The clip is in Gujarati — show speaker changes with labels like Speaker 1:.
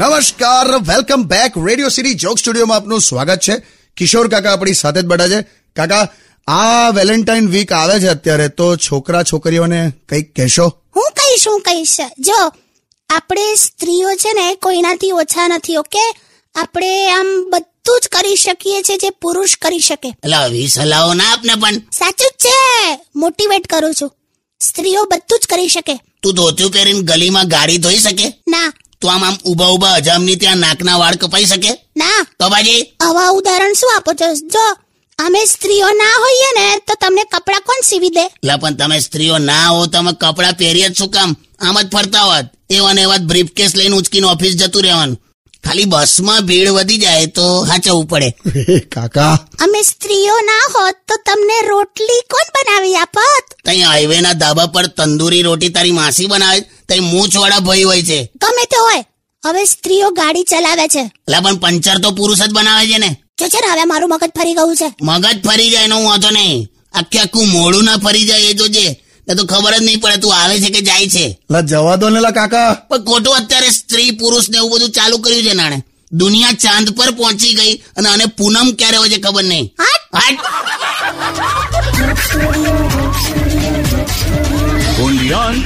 Speaker 1: નમસ્કાર welcome back radio city joke સ્ટુડિયોમાં આપનું સ્વાગત છે કિશોર કાકા આપણી સાથે જ બેઠા છે કાકા આ વેલેન્ટાઇન વીક આવે છે અત્યારે તો છોકરા છોકરીઓને કંઈક કહેશો
Speaker 2: હું કહીશ હું કહીશ જો આપણે સ્ત્રીઓ છે ને કોઈનાથી ઓછા નથી ઓકે આપણે આમ બધું જ કરી શકીએ છે જે પુરુષ કરી શકે
Speaker 3: એટલે આવી સલાહો ના આપને પણ
Speaker 2: સાચું જ છે મોટિવેટ કરું છું સ્ત્રીઓ બધું જ કરી શકે
Speaker 3: તું ધોતિયું પહેરીને ગલીમાં ગાડી ધોઈ શકે
Speaker 2: ના
Speaker 3: તું આમ આમ ઉભા ઉભા અજામની ત્યાં નાકના વાળ કપાઈ શકે
Speaker 2: ના
Speaker 3: તો ભાજી
Speaker 2: આવા ઉદાહરણ શું આપો છો જો અમે સ્ત્રીઓ ના હોઈએ ને તો તમને કપડાં કોણ સીવી દે
Speaker 3: એટલે પણ તમે સ્ત્રીઓ ના હો તમે કપડાં પહેરીએ જ શું કામ આમ જ ફરતા હોત એવા ને એવા બ્રીફ કેસ લઈને ઉચકીને ઓફિસ જતું રહેવાનું ખાલી બસમાં ભીડ વધી જાય તો હાચવવું પડે
Speaker 1: હે, કાકા
Speaker 2: અમે સ્ત્રીઓ ના હોત તો તમને રોટલી કોણ બનાવી આપત
Speaker 3: તઈ હાઈવે ના ધાબા પર તંદૂરી રોટી તારી માસી બનાવે તઈ મૂછવાળા ભઈ હોય છે
Speaker 2: ગમે તે હોય હવે સ્ત્રીઓ ગાડી ચલાવે છે
Speaker 3: એટલે પણ પંચર તો પુરુષ જ બનાવે છે ને
Speaker 2: જો છે ને, હવે મારું મગજ ફરી ગયું છે
Speaker 3: મગજ ફરી જાય એનો હું વાંધો નહીં આખે આખું મોડું ના ફરી જાય એ જોજે ને તો ખબર જ નહીં પડે તું આવે છે કે જાય છે
Speaker 1: લા જવા દો ને લા કાકા
Speaker 3: પણ ખોટું અત્યારે સ્ત્રી પુરુષ ને એવું બધું ચાલુ કર્યું છે નાણે દુનિયા ચાંદ પર પહોંચી ગઈ અને આને પૂનમ ક્યારે હોય છે ખબર નહીં
Speaker 2: હાટ!
Speaker 3: હાટ!
Speaker 4: Only on